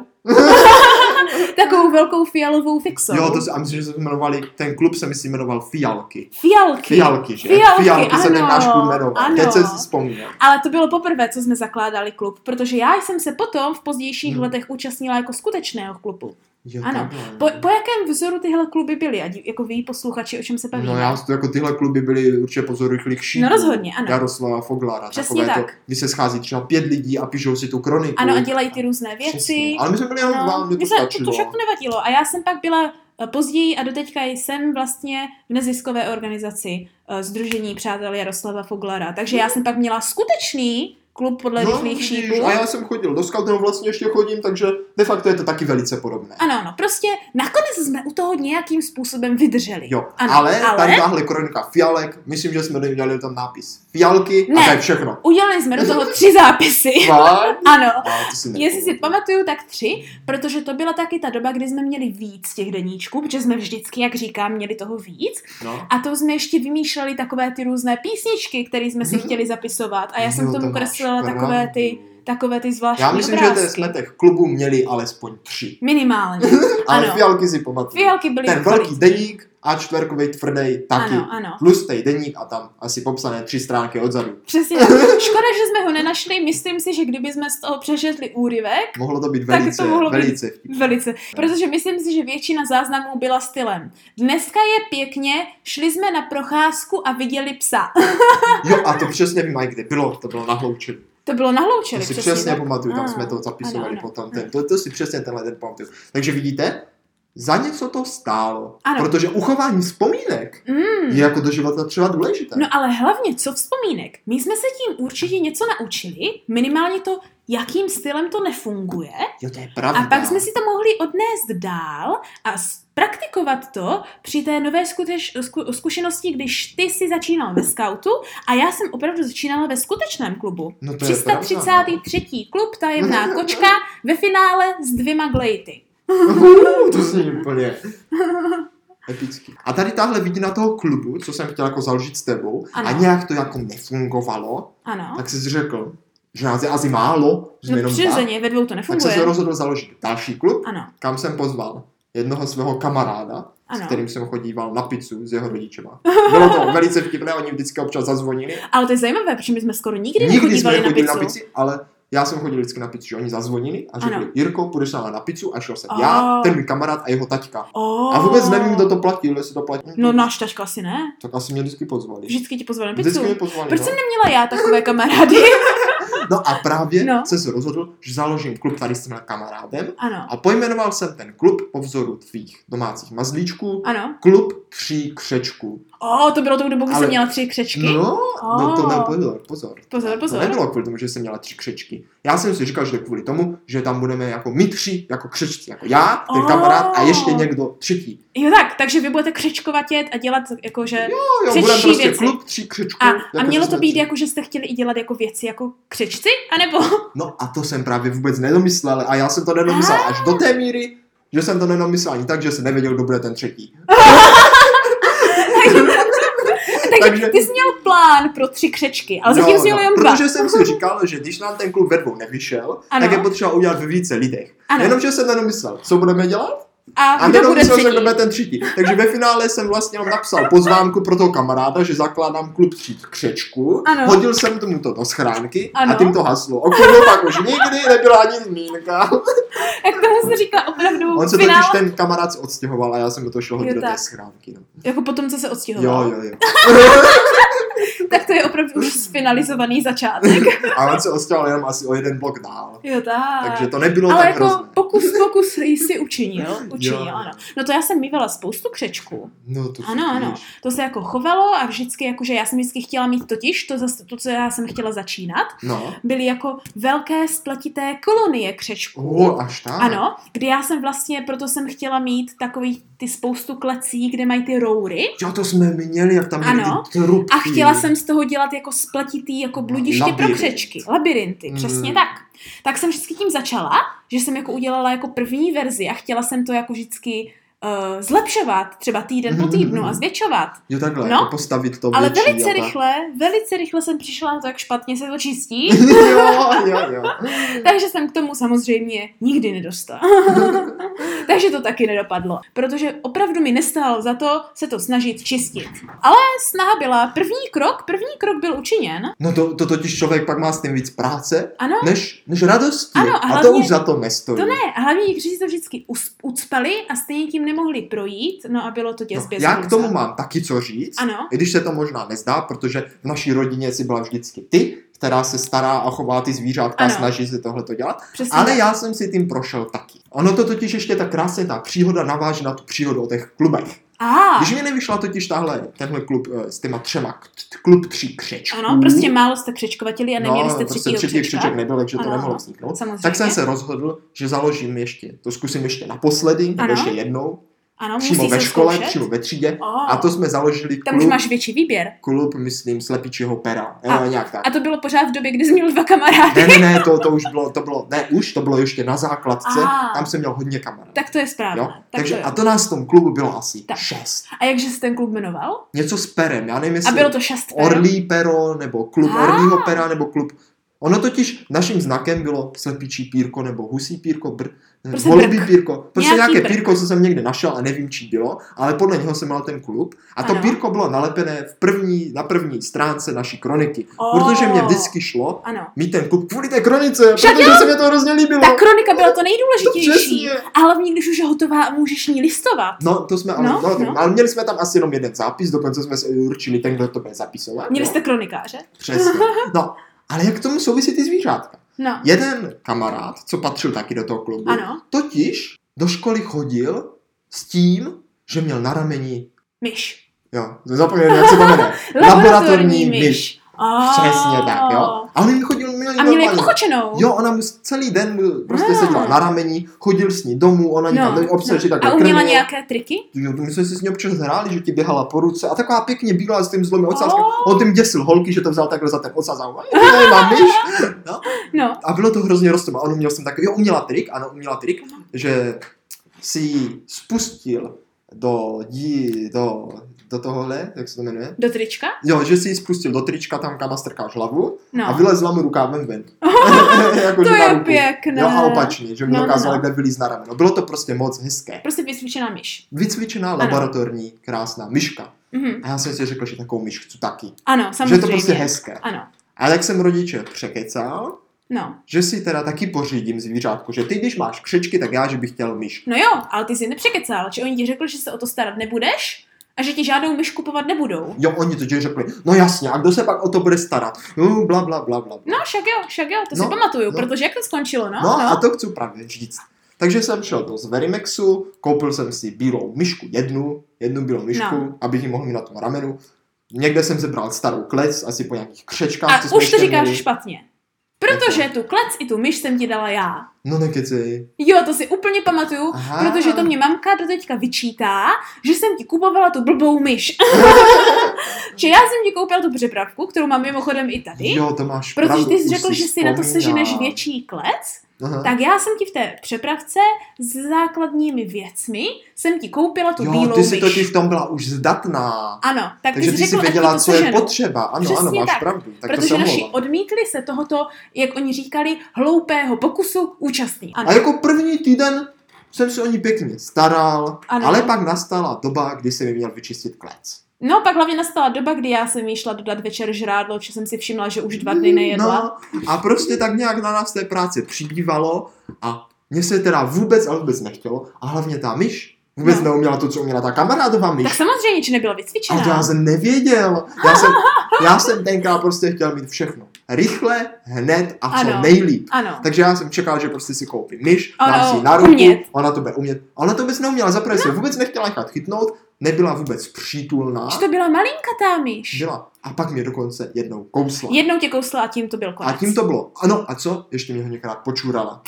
Speaker 2: Takovou velkou fialovou fixou.
Speaker 1: Jo, to se, a myslím, že se to jmenovali, ten klub se myslím jmenoval Fialky.
Speaker 2: Fialky.
Speaker 1: Fialky, že?
Speaker 2: Fialky,
Speaker 1: se ten
Speaker 2: ano,
Speaker 1: náš klub jmenoval.
Speaker 2: ano.
Speaker 1: Teď jsem si vzpomněl.
Speaker 2: Ale to bylo poprvé, co jsme zakládali klub, protože já jsem se potom v pozdějších
Speaker 1: Hmm.
Speaker 2: letech účastnila jako skutečného klubu.
Speaker 1: Jo,
Speaker 2: Ano.
Speaker 1: takhle.
Speaker 2: Po, po jakém vzoru tyhle kluby byly? Ať jako ví posluchači, o čem se bavíme.
Speaker 1: No já to jako tyhle kluby byly určitě pozoruchlých šíků.
Speaker 2: No rozhodně, ano.
Speaker 1: Jaroslava Foglara.
Speaker 2: Přesně
Speaker 1: takové
Speaker 2: tak.
Speaker 1: To, kdy se schází třeba pět lidí a píšou si tu kroniku.
Speaker 2: Ano, a dělají ty různé věci.
Speaker 1: Přesně. Ale my jsme byli jenom dva,
Speaker 2: Ano,
Speaker 1: mě to
Speaker 2: my jsme, to, No, to
Speaker 1: stačilo.
Speaker 2: však to nevadilo. A já jsem pak byla eh, později a doteďka jsem vlastně v neziskové organizaci eh, Združení přátel Jaroslava Foglara. Takže já jsem pak měla skutečný klub podle no, rychlých
Speaker 1: vidíš,
Speaker 2: šípů.
Speaker 1: A já jsem chodil do skautného, vlastně ještě chodím, takže de facto je to taky velice podobné.
Speaker 2: Ano, ano, prostě nakonec jsme u toho nějakým způsobem vydrželi.
Speaker 1: Jo,
Speaker 2: Ano,
Speaker 1: ale,
Speaker 2: ale-
Speaker 1: tady tahle kronika Fialek, myslím, že jsme udělali tam nápis Fialky
Speaker 2: Ne.
Speaker 1: a to je všechno.
Speaker 2: Udělali jsme do toho tři zápisy.
Speaker 1: Fakt?
Speaker 2: Ano,
Speaker 1: A to si
Speaker 2: Jestli si
Speaker 1: nepamatuju.
Speaker 2: pamatuju, tak tři, protože to byla taky ta doba, kdy jsme měli víc těch deníčků, protože jsme vždycky, jak říkám, měli toho víc.
Speaker 1: No.
Speaker 2: A to jsme ještě vymýšleli takové ty různé písničky, které jsme si chtěli zapisovat. A já jsem
Speaker 1: Mhm. Jo,
Speaker 2: k
Speaker 1: to
Speaker 2: tomu
Speaker 1: máš
Speaker 2: kreslila takové ty,
Speaker 1: pravdu.
Speaker 2: takové ty zvláštní
Speaker 1: Já myslím,
Speaker 2: obrázky.
Speaker 1: že to jsme těch klubů měli alespoň tři.
Speaker 2: Minimálně.
Speaker 1: Ale
Speaker 2: Ano.
Speaker 1: fialky si pamatuju.
Speaker 2: Fialky byly
Speaker 1: Ten
Speaker 2: kvalitní.
Speaker 1: velký deník a čtverkový tvrdý taky.
Speaker 2: Ano, ano.
Speaker 1: Tlustý deník a tam asi popsané tři stránky odzadu.
Speaker 2: Přesně tak. Škoda, že jsme ho nenašli. Myslím si, že kdyby jsme z toho přečetli úryvek,
Speaker 1: Mohlo to být
Speaker 2: Tak to
Speaker 1: velice,
Speaker 2: mohlo být-
Speaker 1: velice. vtipný.
Speaker 2: velice. Protože myslím si, že většina záznamů byla stylem. Dneska je pěkně, šli jsme na procházku a viděli psa.
Speaker 1: Jo, a to přesně vím, jak kde bylo, to bylo na Hloučeli.
Speaker 2: To bylo na
Speaker 1: To
Speaker 2: Hloučeli.
Speaker 1: si
Speaker 2: přesně,
Speaker 1: přesně
Speaker 2: tak.
Speaker 1: pamatuju, tam
Speaker 2: Ano,
Speaker 1: jsme to zapisovali
Speaker 2: ano, ano.
Speaker 1: potom. Ten, to, to si přesně tenhle den pamatuju. Takže vidíte, za něco to stálo.
Speaker 2: Ano.
Speaker 1: Protože uchování vzpomínek
Speaker 2: Mm.
Speaker 1: je jako do života třeba důležité.
Speaker 2: No ale hlavně, co vzpomínek? My jsme se tím určitě něco naučili, minimálně to, jakým stylem to nefunguje,
Speaker 1: Jo, to je pravda.
Speaker 2: a pak jsme si to mohli odnést dál a s- praktikovat to při té nové skuteč, zku, zkušenosti, když ty si začínal ve skautu a já jsem opravdu začínala ve skutečném klubu.
Speaker 1: no, to je pravda, no.
Speaker 2: 333. klub, tajemná kočka, ve finále s dvěma glejty.
Speaker 1: Uhu, no. to zní úplně epický. A tady tahle vidina toho klubu, co jsem chtěl jako založit s tebou,
Speaker 2: Ano.
Speaker 1: a nějak to jako nefungovalo,
Speaker 2: Ano.
Speaker 1: tak jsi řekl, že nás je asi málo, že jsme
Speaker 2: No
Speaker 1: jenom dva.
Speaker 2: přirozeně, ve dvou to
Speaker 1: Tak jsem
Speaker 2: nefunguje.
Speaker 1: se rozhodl založit další klub,
Speaker 2: Ano,
Speaker 1: kam jsem pozval jednoho svého kamaráda, ano. s
Speaker 2: ano.
Speaker 1: kterým jsem chodíval na pizzu s jeho rodičema. Bylo to velice vtipné, oni vždycky občas zazvonili.
Speaker 2: Ale to je zajímavé, protože my jsme skoro nikdy,
Speaker 1: Nikdy jsme
Speaker 2: nechodívali na
Speaker 1: nechodili na
Speaker 2: pizzu.
Speaker 1: pizzi, ale já jsem chodil vždycky na pizzu, že oni zazvonili a řekli,
Speaker 2: Ano.
Speaker 1: Jirko, půjdeš na na pizzu a šel jsem
Speaker 2: Oh.
Speaker 1: já, ten můj kamarád a jeho taťka.
Speaker 2: Oh.
Speaker 1: A vůbec nevím, kdo to platil, jestli to platí.
Speaker 2: No náš taška asi ne.
Speaker 1: Tak asi mě vždycky pozvali.
Speaker 2: Vždycky ti pozval na pizzu.
Speaker 1: Vždycky mě pozvali.
Speaker 2: Proč
Speaker 1: no.
Speaker 2: jsem neměla já takové kamarády?
Speaker 1: no a právě
Speaker 2: No.
Speaker 1: no. jsem se rozhodl, že založím klub tady s tímhle kamarádem
Speaker 2: Ano,
Speaker 1: a pojmenoval jsem ten klub po vzoru tvých domácích mazlíčků
Speaker 2: ano.
Speaker 1: Klub tří křečků.
Speaker 2: O, to bylo tou dobou, kdy
Speaker 1: Ale-
Speaker 2: jsem měla tři křečky.
Speaker 1: No, no to
Speaker 2: Oh.
Speaker 1: ne, pozor, pozor.
Speaker 2: Pozor, pozor.
Speaker 1: To nebylo kvůli tomu, že jsem měla tři křečky. Já jsem si říkal, že to je kvůli tomu, že tam budeme jako my tři, jako křečci, jako já, ten
Speaker 2: Oh.
Speaker 1: kamarád a ještě někdo třetí.
Speaker 2: Jo tak, takže vy budete křečkovatět a dělat jakože...
Speaker 1: No jo,
Speaker 2: Křečtí
Speaker 1: budeme prostě
Speaker 2: věci.
Speaker 1: klub tří křečků.
Speaker 2: A,
Speaker 1: jako
Speaker 2: a
Speaker 1: že
Speaker 2: mělo to
Speaker 1: jsme
Speaker 2: být
Speaker 1: tři.
Speaker 2: jako, že jste chtěli i dělat jako věci jako křečci? A nebo...
Speaker 1: No a to jsem právě vůbec nedomyslel a já jsem to nedomyslel až do té míry, že jsem to nedomyslel ani tak, že jsem nevěděl, kdo bude ten třetí.
Speaker 2: takže
Speaker 1: Takže-
Speaker 2: ty jsi měl plán pro tři křečky, ale zatím jsi měl jenom
Speaker 1: No,
Speaker 2: dva.
Speaker 1: protože jsem si říkal, že když nám ten klub ve dvou nevyšel,
Speaker 2: Ano.
Speaker 1: ano. tak je potřeba udělat ve více lidech.
Speaker 2: Ano.
Speaker 1: Jenomže jsem nedomyslel, co budeme dělat?
Speaker 2: A
Speaker 1: A
Speaker 2: kdo bude
Speaker 1: nedomyslel, že
Speaker 2: třetí?
Speaker 1: budeme ten třetí. Takže ve finále jsem vlastně jenom napsal pozvánku pro toho kamaráda, že zakládám klub tří křečku.
Speaker 2: Ano.
Speaker 1: Hodil jsem tomu to do schránky
Speaker 2: Ano.
Speaker 1: a tím to haslo. O klubu pak už nikdy nebyla ani zmínka.
Speaker 2: Jak tomu se říká opravdu
Speaker 1: On se totiž
Speaker 2: finál?
Speaker 1: ten kamarád se odstěhoval a já jsem mu to šel hodit
Speaker 2: Jo,
Speaker 1: do té
Speaker 2: tak.
Speaker 1: schránky. No.
Speaker 2: Jako potom, co se odstěhoval.
Speaker 1: Jo, jo, jo.
Speaker 2: Tak to je opravdu už sfinalizovaný začátek.
Speaker 1: A on se odstěhoval jenom asi o jeden blok dál.
Speaker 2: Jo tak.
Speaker 1: Takže to nebylo
Speaker 2: Ale
Speaker 1: tak
Speaker 2: jako
Speaker 1: hrozné.
Speaker 2: pokus, pokus jsi učinil, učinil,
Speaker 1: Jo.
Speaker 2: ano. No to já jsem mývala spoustu křečků.
Speaker 1: No, to
Speaker 2: Ano, ano.
Speaker 1: vidíš.
Speaker 2: To se jako chovalo a vždycky, jakože já jsem vždycky chtěla mít totiž, to, zas, to co já jsem chtěla začínat,
Speaker 1: No.
Speaker 2: byly jako velké spletité kolonie křečků.
Speaker 1: O, až tak.
Speaker 2: Ano, kdy já jsem vlastně, proto jsem chtěla mít takový ty spoustu klecí, kde mají ty roury.
Speaker 1: Jo, to jsme měli, jak tam byly
Speaker 2: Ano.
Speaker 1: ty trubky.
Speaker 2: A chtěla jsem z toho dělat jako spletitý, jako bludiště pro
Speaker 1: Labyrint.
Speaker 2: křečky. Labirinty, přesně
Speaker 1: Mm.
Speaker 2: tak. Tak jsem vždycky tím začala, že jsem jako udělala jako první verzi a chtěla jsem to jako vždycky uh, zlepšovat, třeba týden po týdnu a zvětšovat.
Speaker 1: Jo, takhle,
Speaker 2: No.
Speaker 1: no. jako postavit to
Speaker 2: Ale
Speaker 1: větší
Speaker 2: velice
Speaker 1: a tak.
Speaker 2: rychle, velice rychle jsem přišla na to, jak špatně se to čistí,
Speaker 1: jo, jo, jo.
Speaker 2: takže jsem k tomu samozřejmě nikdy nedostala. takže to taky nedopadlo, protože opravdu mi nestálo za to se to snažit čistit. Ale snaha byla první krok, první krok byl učiněn.
Speaker 1: No to, to totiž člověk pak má s tím víc práce,
Speaker 2: Ano.
Speaker 1: než, než radosti.
Speaker 2: Ano, a
Speaker 1: No. a to
Speaker 2: hlavně-
Speaker 1: už za to nestojí. No,
Speaker 2: To ne, a hlavně někteří si to vždycky us- ucpali a stejně tím nemohli projít, no a bylo to
Speaker 1: No,
Speaker 2: děsbě.
Speaker 1: já k tomu mám taky co říct,
Speaker 2: Ano.
Speaker 1: i když se to možná nezdá, protože v naší rodině si byla vždycky ty, která se stará a chová ty zvířátka
Speaker 2: Ano.
Speaker 1: a snaží se tohle to dělat.
Speaker 2: Přesně
Speaker 1: Ale
Speaker 2: tak.
Speaker 1: já jsem si tím prošel taky. Ono to totiž ještě tak krásně, ta příhoda naváže na tu příhodu o těch klubech.
Speaker 2: A,
Speaker 1: Když mi nevyšla totiž tahle, tenhle klub eh, s těma třema, k- t- klub tří křečků.
Speaker 2: ano, prostě málo jste křečkovateli a neměli
Speaker 1: no,
Speaker 2: jste
Speaker 1: prostě
Speaker 2: třetího
Speaker 1: třetí
Speaker 2: křečka.
Speaker 1: křeček nebyl, takže to
Speaker 2: Ano,
Speaker 1: nemohlo vzniknout.
Speaker 2: samozřejmě.
Speaker 1: Tak jsem se rozhodl, že založím ještě, to zkusím ještě naposledy, nebo
Speaker 2: Ano.
Speaker 1: ještě jednou,
Speaker 2: Ano,
Speaker 1: přímo
Speaker 2: musí
Speaker 1: ve
Speaker 2: se
Speaker 1: škole,
Speaker 2: zkoušet.
Speaker 1: přímo ve třídě.
Speaker 2: Oh,
Speaker 1: A to no. jsme založili
Speaker 2: tam už
Speaker 1: klub,
Speaker 2: máš větší výběr.
Speaker 1: klub, myslím, slepičího pera,
Speaker 2: A-
Speaker 1: nebo nějak tak.
Speaker 2: A to bylo pořád v době, kdy jsi měl dva kamarády.
Speaker 1: Ne, ne, ne, to, to už bylo, to bylo, ne, už, to bylo ještě na základce,
Speaker 2: Ah.
Speaker 1: tam jsem měl hodně kamarádů.
Speaker 2: Tak to je správné.
Speaker 1: Jo?
Speaker 2: Tak
Speaker 1: Takže
Speaker 2: to je.
Speaker 1: a to nás v tom klubu bylo asi
Speaker 2: Tak.
Speaker 1: šest.
Speaker 2: a jakže jsi ten klub jmenoval?
Speaker 1: Něco s perem, já nevím,
Speaker 2: A
Speaker 1: jestli
Speaker 2: bylo to šest per?
Speaker 1: Orlí pero, nebo klub
Speaker 2: Ah.
Speaker 1: Orlího pera, nebo klub Ono totiž naším znakem bylo slepičí pírko nebo husí pírko, br,
Speaker 2: Prostě
Speaker 1: prostě holubí
Speaker 2: brk.
Speaker 1: pírko. Prostě
Speaker 2: Nějaký
Speaker 1: nějaké
Speaker 2: brk.
Speaker 1: pírko, co jsem někde našel a nevím, čí bylo, ale podle něho jsem měl ten klub. A to
Speaker 2: Ano.
Speaker 1: pírko bylo nalepené v první, na první stránce naší kroniky.
Speaker 2: O.
Speaker 1: Protože mě vždycky šlo
Speaker 2: Ano.
Speaker 1: mít ten klub kvůli té kronice,
Speaker 2: Však
Speaker 1: protože se mě to hrozně líbilo.
Speaker 2: Ta kronika byla to
Speaker 1: To
Speaker 2: nejdůležitější.
Speaker 1: No, přesně.
Speaker 2: A hlavně, když už je hotová a můžeš ní listovat.
Speaker 1: No, to jsme ale,
Speaker 2: No,
Speaker 1: no, no,
Speaker 2: no.
Speaker 1: ale měli jsme tam asi jenom jeden zápis, dokonce jsme si určili ten, kdo to bude zapisovat.
Speaker 2: Měli
Speaker 1: no.
Speaker 2: jste kronikáře?
Speaker 1: Přesně. No, ale jak k tomu souvisí ty zvířátka?
Speaker 2: No.
Speaker 1: Jeden kamarád, co patřil taky do toho klubu,
Speaker 2: Ano.
Speaker 1: totiž do školy chodil s tím, že měl na rameni,
Speaker 2: Myš.
Speaker 1: jo, jsem zapomněl, jak se to jmenuje. Laboratorní myš.
Speaker 2: A.
Speaker 1: Přesně tak, jo. A on jim chodil, měl ji
Speaker 2: A měli jako
Speaker 1: normálně.
Speaker 2: pochočenou.
Speaker 1: Jo, ona mu s- celý den mu prostě
Speaker 2: Ah.
Speaker 1: seděla na rameni, chodil s ní domů, ona ní tam obsluží
Speaker 2: No. A
Speaker 1: takhle
Speaker 2: uměla
Speaker 1: krmil.
Speaker 2: nějaké triky?
Speaker 1: Jo, my jsme si s ní občas hráli, že ti běhala po ruce a taková pěkně bílá s tím zlomí ocáskem.
Speaker 2: Oh.
Speaker 1: On tím děsil holky, že to vzal takhle za ten ocas a "Ej, mám myš. No.
Speaker 2: No.
Speaker 1: A bylo to hrozně rostom. A on uměl jsem takový, jo, uměla trik, ano, uměla trik, že si ji spustil do, dí, do, do tohohle, jak se to jmenuje?
Speaker 2: Do trička?
Speaker 1: Jo, že si ji spustil do trička tam, kam strkáš hlavu a
Speaker 2: No.
Speaker 1: vylezla mu rukávem ven. jako,
Speaker 2: To
Speaker 1: že na
Speaker 2: je
Speaker 1: ruku.
Speaker 2: pěkné.
Speaker 1: Jo, a opačně, že mu
Speaker 2: No, no,
Speaker 1: dokázala
Speaker 2: no.
Speaker 1: no, vylíz na rameno. Bylo to prostě moc hezké.
Speaker 2: Prostě vysvíčená myš.
Speaker 1: Vycvičená
Speaker 2: Ano.
Speaker 1: laboratorní krásná myška.
Speaker 2: Mhm.
Speaker 1: A já jsem si řekl, že takovou myš chci taky.
Speaker 2: Ano,
Speaker 1: Že
Speaker 2: samozřejmě.
Speaker 1: je to prostě hezké.
Speaker 2: Ano.
Speaker 1: A tak jsem rodiče překecal,
Speaker 2: No.
Speaker 1: že si teda taky pořídím zvířátko, že ty když máš křečky, tak já, že bych chtěl myš.
Speaker 2: No jo, ale ty jsi nepřekecal, že oni ti řekli, že se o to starat nebudeš a že ti žádnou myš kupovat nebudou.
Speaker 1: Jo, oni totiž řekli, no jasně, a kdo se pak o to bude starat? No, bla, bla, bla, bla. bla.
Speaker 2: No, však jo, však jo, to si
Speaker 1: No,
Speaker 2: pamatuju,
Speaker 1: no.
Speaker 2: protože jak to skončilo, no?
Speaker 1: no, a to chci právě říct. Takže jsem šel do Zverimexu, koupil jsem si bílou myšku jednu, jednu bílou myšku,
Speaker 2: No.
Speaker 1: no. abych ji mohl mít na tom ramenu. Někde jsem sebral starou klec, asi po nějakých křečkách. co jsme
Speaker 2: A už to
Speaker 1: No, ještě Jako-
Speaker 2: říkáš
Speaker 1: měli.
Speaker 2: špatně. Protože tu klec i tu myš jsem ti dala já.
Speaker 1: No nekecej.
Speaker 2: Jo, to si úplně pamatuju,
Speaker 1: Aha.
Speaker 2: protože to mě mamka doteďka vyčítá, že jsem ti kupovala tu blbou myš. že já jsem ti koupila tu přepravku, kterou mám mimochodem i tady.
Speaker 1: Jo, to máš
Speaker 2: Protože
Speaker 1: pravdu,
Speaker 2: ty
Speaker 1: už
Speaker 2: jsi řekl, že si na to
Speaker 1: vzpomínám.
Speaker 2: seženeš větší klec,
Speaker 1: Aha.
Speaker 2: tak já jsem ti v té přepravce s základními věcmi jsem ti koupila tu
Speaker 1: Jo,
Speaker 2: bílou
Speaker 1: ty jsi
Speaker 2: myš.
Speaker 1: totiž v tom byla už zdatná.
Speaker 2: Ano, tak
Speaker 1: Takže
Speaker 2: ty
Speaker 1: ty
Speaker 2: jsi
Speaker 1: jsi
Speaker 2: řekl,
Speaker 1: věděla,
Speaker 2: ať ti
Speaker 1: co
Speaker 2: to
Speaker 1: je
Speaker 2: seženu.
Speaker 1: potřeba. Ano,
Speaker 2: Přesně
Speaker 1: ano, máš
Speaker 2: tak.
Speaker 1: pravdu. Tak to
Speaker 2: Protože
Speaker 1: se
Speaker 2: naši
Speaker 1: omlouvám.
Speaker 2: odmítli se tohoto, jak oni říkali, hloupého pokusu účastní. Ano.
Speaker 1: A jako první týden jsem se o ní pěkně staral,
Speaker 2: Ano.
Speaker 1: ano. ale pak nastala doba, kdy jsem ji měl vyčistit klec.
Speaker 2: No pak hlavně nastala doba, kdy já jsem jí šla dodat večer žrádlo, že jsem si všimla, že už dva dny nejedla.
Speaker 1: No, a prostě tak nějak na nás té práce přibývalo a mně se teda vůbec a vůbec nechtělo a hlavně ta myš vůbec
Speaker 2: No.
Speaker 1: no. neuměla to, co uměla ta kamarádová myš.
Speaker 2: tak samozřejmě, že nebyla
Speaker 1: A
Speaker 2: vycvičená.
Speaker 1: já jsem nevěděl. Já jsem, já jsem tenkrát prostě chtěl mít všechno. Rychle, hned a co
Speaker 2: Ano.
Speaker 1: nejlíp.
Speaker 2: Ano.
Speaker 1: Takže já jsem čekal, že prostě si koupím myš,
Speaker 2: Ano,
Speaker 1: dám si ji na ruku,
Speaker 2: umět. No.
Speaker 1: ona to bude umět. A Ona to vůbec neuměla, zaprvé se vůbec nechtěla nechat chytnout, nebyla vůbec přítulná.
Speaker 2: Že to byla malinkatá myš.
Speaker 1: Byla. A pak mě dokonce jednou kousla.
Speaker 2: Jednou tě kousla a tím to byl konec.
Speaker 1: A tím to bylo. Ano, a co? Ještě mě ho několikrát počurala.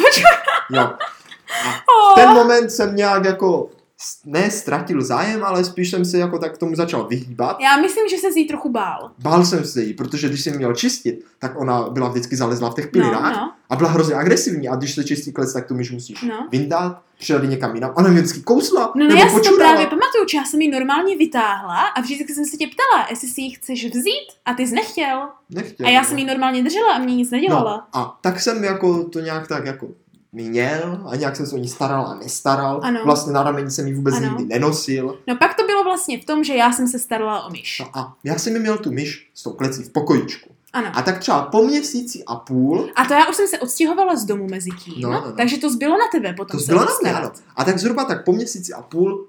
Speaker 1: Jo.
Speaker 2: Oh.
Speaker 1: V ten moment jsem nějak jako s- ne ztratil zájem, ale spíš jsem se jako tak tomu začal vyhýbat.
Speaker 2: Já myslím, že se jí trochu bál.
Speaker 1: Bál jsem se jí, protože když jsem měl čistit, tak ona byla vždycky zalezla v těch
Speaker 2: No,
Speaker 1: pilinách
Speaker 2: no,
Speaker 1: a byla hrozně agresivní. A když se čistí klec, tak tu myš musíš
Speaker 2: no.
Speaker 1: vyndat, přijeli někam jinam. Ona mě vždycky kousla,
Speaker 2: No, no
Speaker 1: nebo
Speaker 2: já si to
Speaker 1: počurala.
Speaker 2: právě pamatuju, že já jsem ji normálně vytáhla a vždycky jsem se tě ptala, jestli si ji chceš vzít a ty jsi nechtěl.
Speaker 1: Nechtěl,
Speaker 2: A já
Speaker 1: no.
Speaker 2: jsem ji normálně držela a mě nic nedělala.
Speaker 1: No, a tak jsem jako to nějak tak jako měl a nějak jsem se o ní staral a nestaral.
Speaker 2: Ano.
Speaker 1: Vlastně na rameni jsem ji vůbec
Speaker 2: Ano.
Speaker 1: ano. nikdy nenosil.
Speaker 2: No pak to bylo vlastně v tom, že já jsem se starala o myš.
Speaker 1: No a já jsem měl tu myš s tou klecí v pokojičku.
Speaker 2: Ano.
Speaker 1: A tak třeba po měsíci a půl
Speaker 2: A to já už jsem se odstěhovala z domu mezi tím,
Speaker 1: No, no, no.
Speaker 2: takže to zbylo na tebe potom.
Speaker 1: To
Speaker 2: se
Speaker 1: bylo na mě,
Speaker 2: obstarat.
Speaker 1: ano. A tak zhruba tak po měsíci a půl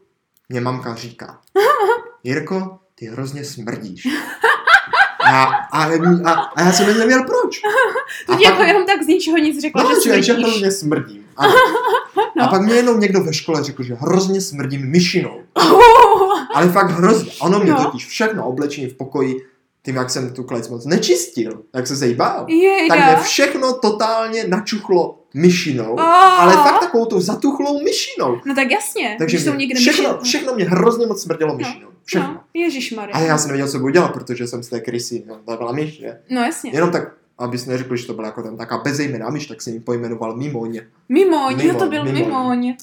Speaker 1: mě mamka říká, Jirko, ty hrozně smrdíš. A, a, a, a já jsem ani nevěděl proč.
Speaker 2: To ti jako jenom tak z ničeho nic řekla,
Speaker 1: no, že,
Speaker 2: že
Speaker 1: že
Speaker 2: smrdíš.
Speaker 1: hrozně smrdím. Ano.
Speaker 2: No.
Speaker 1: A pak mě jenom někdo ve škole řekl, že hrozně smrdím myšinou. Ale fakt hrozně. Ono mě
Speaker 2: No.
Speaker 1: totiž všechno oblečení v pokoji, tím, jak jsem tu klec moc nečistil, jak jsem se jí bál, tak
Speaker 2: Jejda.
Speaker 1: mě všechno totálně načuchlo myšinou.
Speaker 2: A.
Speaker 1: Ale fakt takovou tou zatuchlou myšinou.
Speaker 2: No tak jasně,
Speaker 1: Takže
Speaker 2: když jsou
Speaker 1: mě,
Speaker 2: někde no,
Speaker 1: všechno,
Speaker 2: myši-
Speaker 1: všechno mě hrozně moc smrdělo myšinou. Všechno.
Speaker 2: No, ježišmarja.
Speaker 1: A já jsem nevěděl, co budu dělat, protože jsem z té krysy, no, to byla myš, že?
Speaker 2: No jasně.
Speaker 1: Jenom tak, abys neřekl, že to byla jako tam taká bezejmená myš, tak jsem ji pojmenoval Mimoň.
Speaker 2: Mimoň, jo,
Speaker 1: Mimoň,
Speaker 2: to byl Mimoň.
Speaker 1: Mimoň.